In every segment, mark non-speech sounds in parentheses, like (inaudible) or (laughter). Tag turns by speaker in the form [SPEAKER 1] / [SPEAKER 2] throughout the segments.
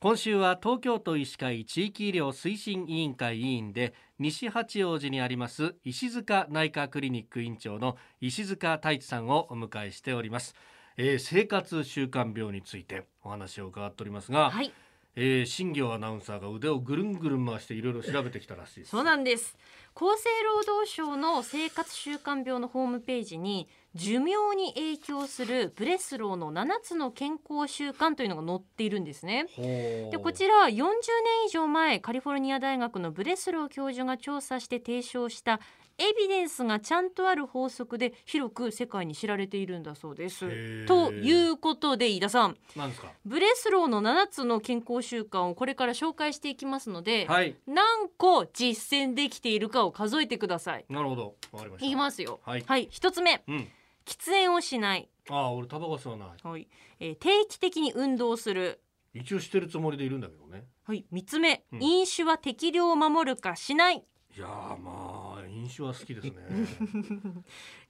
[SPEAKER 1] 今週は東京都医師会地域医療推進委員会委員で西八王子にあります石塚内科クリニック院長の石塚太一さんをお迎えしております、えー生活習慣病についてお話を伺っておりますが、
[SPEAKER 2] はい、
[SPEAKER 1] えー新業アナウンサーが腕をぐるんぐるん回していろいろ調べてきたらしいです
[SPEAKER 2] そうなんです。厚生労働省の生活習慣病のホームページに寿命に影響するブレスローの7つの健康習慣というのが載っているんですね。
[SPEAKER 1] ほう
[SPEAKER 2] でこちら40年以上前カリフォルニア大学のブレスロー教授が調査して提唱したエビデンスがちゃんとある法則で広く世界に知られているんだそうです。
[SPEAKER 1] へー
[SPEAKER 2] ということで飯田さん
[SPEAKER 1] なんですか
[SPEAKER 2] ブレスローの7つの健康習慣をこれから紹介していきますので、
[SPEAKER 1] はい
[SPEAKER 2] 何個実践できているかを数えてください。
[SPEAKER 1] なるほどわかりました
[SPEAKER 2] いきますよ。
[SPEAKER 1] はい
[SPEAKER 2] 一つ目、
[SPEAKER 1] うん
[SPEAKER 2] 喫煙をしない。
[SPEAKER 1] ああ俺タバコ吸わな
[SPEAKER 2] はい、えー定期的に運動する。
[SPEAKER 1] い一応してるつもりでいるんだけどね
[SPEAKER 2] はい、三つ目、
[SPEAKER 1] うん
[SPEAKER 2] 飲酒は適量を守るかしない。
[SPEAKER 1] いやーまあ飲酒は好きです
[SPEAKER 2] (laughs)
[SPEAKER 1] ね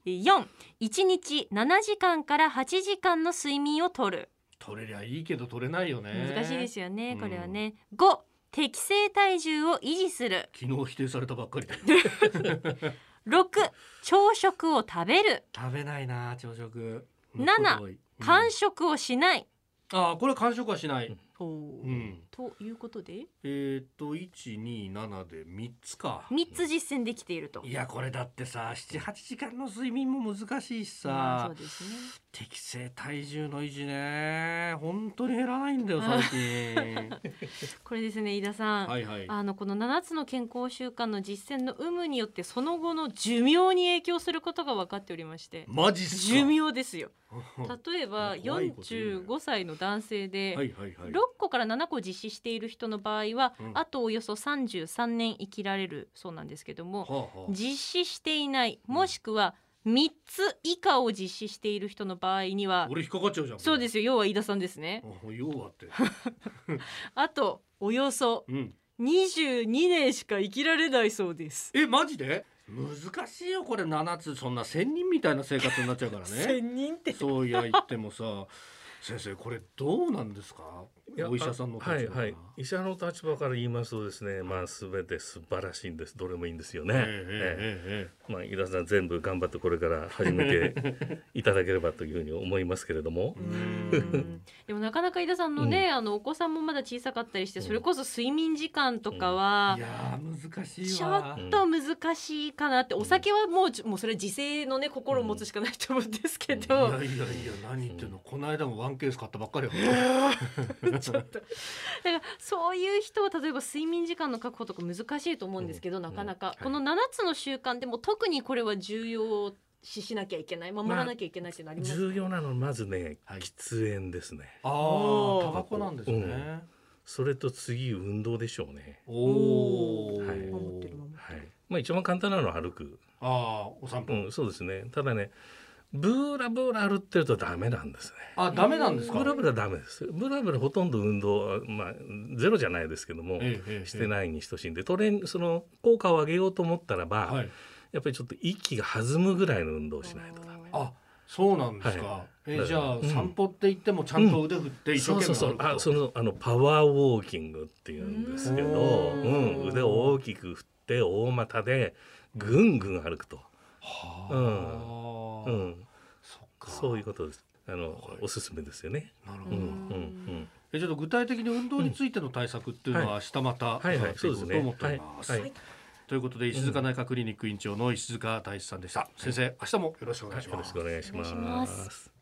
[SPEAKER 2] えー四、一日七時間から八時間の睡眠をとる。
[SPEAKER 1] 取れりゃいいけど取れないよね
[SPEAKER 2] 難しいですよね、
[SPEAKER 1] うん
[SPEAKER 2] これはね。五、適正体重を維持する。
[SPEAKER 1] 昨日否定されたばっかり
[SPEAKER 2] (laughs)
[SPEAKER 1] で
[SPEAKER 2] 六、朝食を食べる。
[SPEAKER 1] 食べないな朝食
[SPEAKER 2] 七
[SPEAKER 1] うん
[SPEAKER 2] 間食をしない。
[SPEAKER 1] ああこれは完食はしない、
[SPEAKER 2] ほう
[SPEAKER 1] うん
[SPEAKER 2] ということで、
[SPEAKER 1] えーっと127で3つか
[SPEAKER 2] 三つ実践できていると。
[SPEAKER 1] いやこれだってさ78時間の睡眠も難しいし
[SPEAKER 2] まあ
[SPEAKER 1] さ
[SPEAKER 2] そうですね。
[SPEAKER 1] 適正体重の維持ね本当に減らないんだよ最近
[SPEAKER 2] (laughs) これですね飯田さん、
[SPEAKER 1] はいはい
[SPEAKER 2] あのこの7つの健康習慣の実践の有無によってその後の寿命に影響することが分かっておりまして
[SPEAKER 1] マジっすか
[SPEAKER 2] 寿命ですよ
[SPEAKER 1] (laughs) は
[SPEAKER 2] 例えば
[SPEAKER 1] 怖いこと言うね
[SPEAKER 2] 45歳の男性
[SPEAKER 1] い
[SPEAKER 2] で
[SPEAKER 1] はいはい
[SPEAKER 2] 6個から7個実施している人の場合は、
[SPEAKER 1] うん
[SPEAKER 2] あとおよそ33年生きられるそうなんですけども、
[SPEAKER 1] はあはあ
[SPEAKER 2] 実施していない
[SPEAKER 1] うん
[SPEAKER 2] もしくは3つ以下を実施している人の場合には
[SPEAKER 1] 俺引っかかっちゃうじゃん
[SPEAKER 2] そうですすよ要は飯田さんですね
[SPEAKER 1] 要はって
[SPEAKER 2] あとおよそ
[SPEAKER 1] うん
[SPEAKER 2] 22年しか生きられないそうです
[SPEAKER 1] えマジで難しいよこれ7つそんな仙人みたいな生活になっちゃうからね
[SPEAKER 2] (laughs) 千人
[SPEAKER 3] (laughs)
[SPEAKER 2] って
[SPEAKER 1] そういや言ってもさ先生これどうなんですか
[SPEAKER 3] いや
[SPEAKER 1] お医者さんの立場
[SPEAKER 3] はい
[SPEAKER 1] かな
[SPEAKER 3] はい医者の立場から言いますとですねまあ全て素晴らしいんですどれもいいんですよね、
[SPEAKER 1] ええええ
[SPEAKER 3] え
[SPEAKER 1] ええ、
[SPEAKER 3] えまあ井田さん全部頑張ってこれから始めていただければというふうに思いますけれども
[SPEAKER 2] うーんでもなかなか井田さんのね、あのお子さんもまだ小さかったりしてそれこそ睡眠時間とかはい
[SPEAKER 1] やー難しい
[SPEAKER 2] ち
[SPEAKER 1] わ
[SPEAKER 2] ょっと難しいかなって、お酒はもうじもうそれは自制のね心を持つしかないと思うんですけ
[SPEAKER 1] いや
[SPEAKER 2] ど、
[SPEAKER 1] いやいや何言ってんのこの間もワンケース買ったばっかりよ
[SPEAKER 2] ちょっとだからそういう人は例えば睡眠時間の確保とか難しいと思うんですけど、
[SPEAKER 3] うん
[SPEAKER 2] なかなか、
[SPEAKER 3] うんはい
[SPEAKER 2] この7つの習慣でも特にこれは重要視しなきゃいけない守らなきゃいけないってなります、
[SPEAKER 3] 重要なのはまずね
[SPEAKER 1] はい
[SPEAKER 3] 喫煙ですね
[SPEAKER 1] あ
[SPEAKER 2] お
[SPEAKER 1] ー
[SPEAKER 2] ー
[SPEAKER 1] タバコなんですね、
[SPEAKER 3] それと次運動でしょうね
[SPEAKER 1] おおー、
[SPEAKER 3] はい
[SPEAKER 2] 守ってる守ってる
[SPEAKER 3] はいまあ一番簡単なのは歩く
[SPEAKER 1] ああお散歩、
[SPEAKER 3] うんそうですねただねブーラブーラ歩ってるとダメなんですね
[SPEAKER 1] あダメなんですか、
[SPEAKER 3] ブラブラダメですブラブラほとんど運動はまあゼロじゃないですけども、
[SPEAKER 1] ええええ
[SPEAKER 3] してないに等しいんでトレーニングその効果を上げようと思ったらば、
[SPEAKER 1] はい
[SPEAKER 3] やっぱりちょっと息が弾むぐらいの運動をしないとダメ。
[SPEAKER 1] あそうなんですか、
[SPEAKER 3] はい
[SPEAKER 1] え
[SPEAKER 3] だから
[SPEAKER 1] じゃあ、
[SPEAKER 3] うん
[SPEAKER 1] 散歩って言ってもちゃんと腕振って一生懸
[SPEAKER 3] そ
[SPEAKER 1] 命
[SPEAKER 3] うそうそう
[SPEAKER 1] 歩くと
[SPEAKER 3] あそのあのパワーウォーキングっていうんですけど、
[SPEAKER 2] う
[SPEAKER 3] うんん、腕を大きく振って大股でぐんぐん歩くと、
[SPEAKER 1] はあ、
[SPEAKER 3] う
[SPEAKER 1] うん
[SPEAKER 3] ん、
[SPEAKER 1] そっか
[SPEAKER 3] そういうことですあの、おすすめですよね。
[SPEAKER 1] なるほ
[SPEAKER 3] う
[SPEAKER 1] ど、
[SPEAKER 3] んう
[SPEAKER 2] うん
[SPEAKER 3] ん
[SPEAKER 1] えちょっと具体的に運動についての対策っていうの
[SPEAKER 3] うん
[SPEAKER 1] は下また
[SPEAKER 3] はい
[SPEAKER 1] 伺
[SPEAKER 3] はい
[SPEAKER 1] っていこうと思っております、
[SPEAKER 3] そうですねはいはい
[SPEAKER 1] ということで石塚内科クリニック院長の石塚大志さんでした、先生明日もよろしくお
[SPEAKER 3] うん、
[SPEAKER 1] 願
[SPEAKER 3] はいい
[SPEAKER 1] し
[SPEAKER 3] よろ
[SPEAKER 1] ま
[SPEAKER 3] し
[SPEAKER 1] す
[SPEAKER 3] くお願いし
[SPEAKER 2] お願いしま
[SPEAKER 3] ます
[SPEAKER 2] す。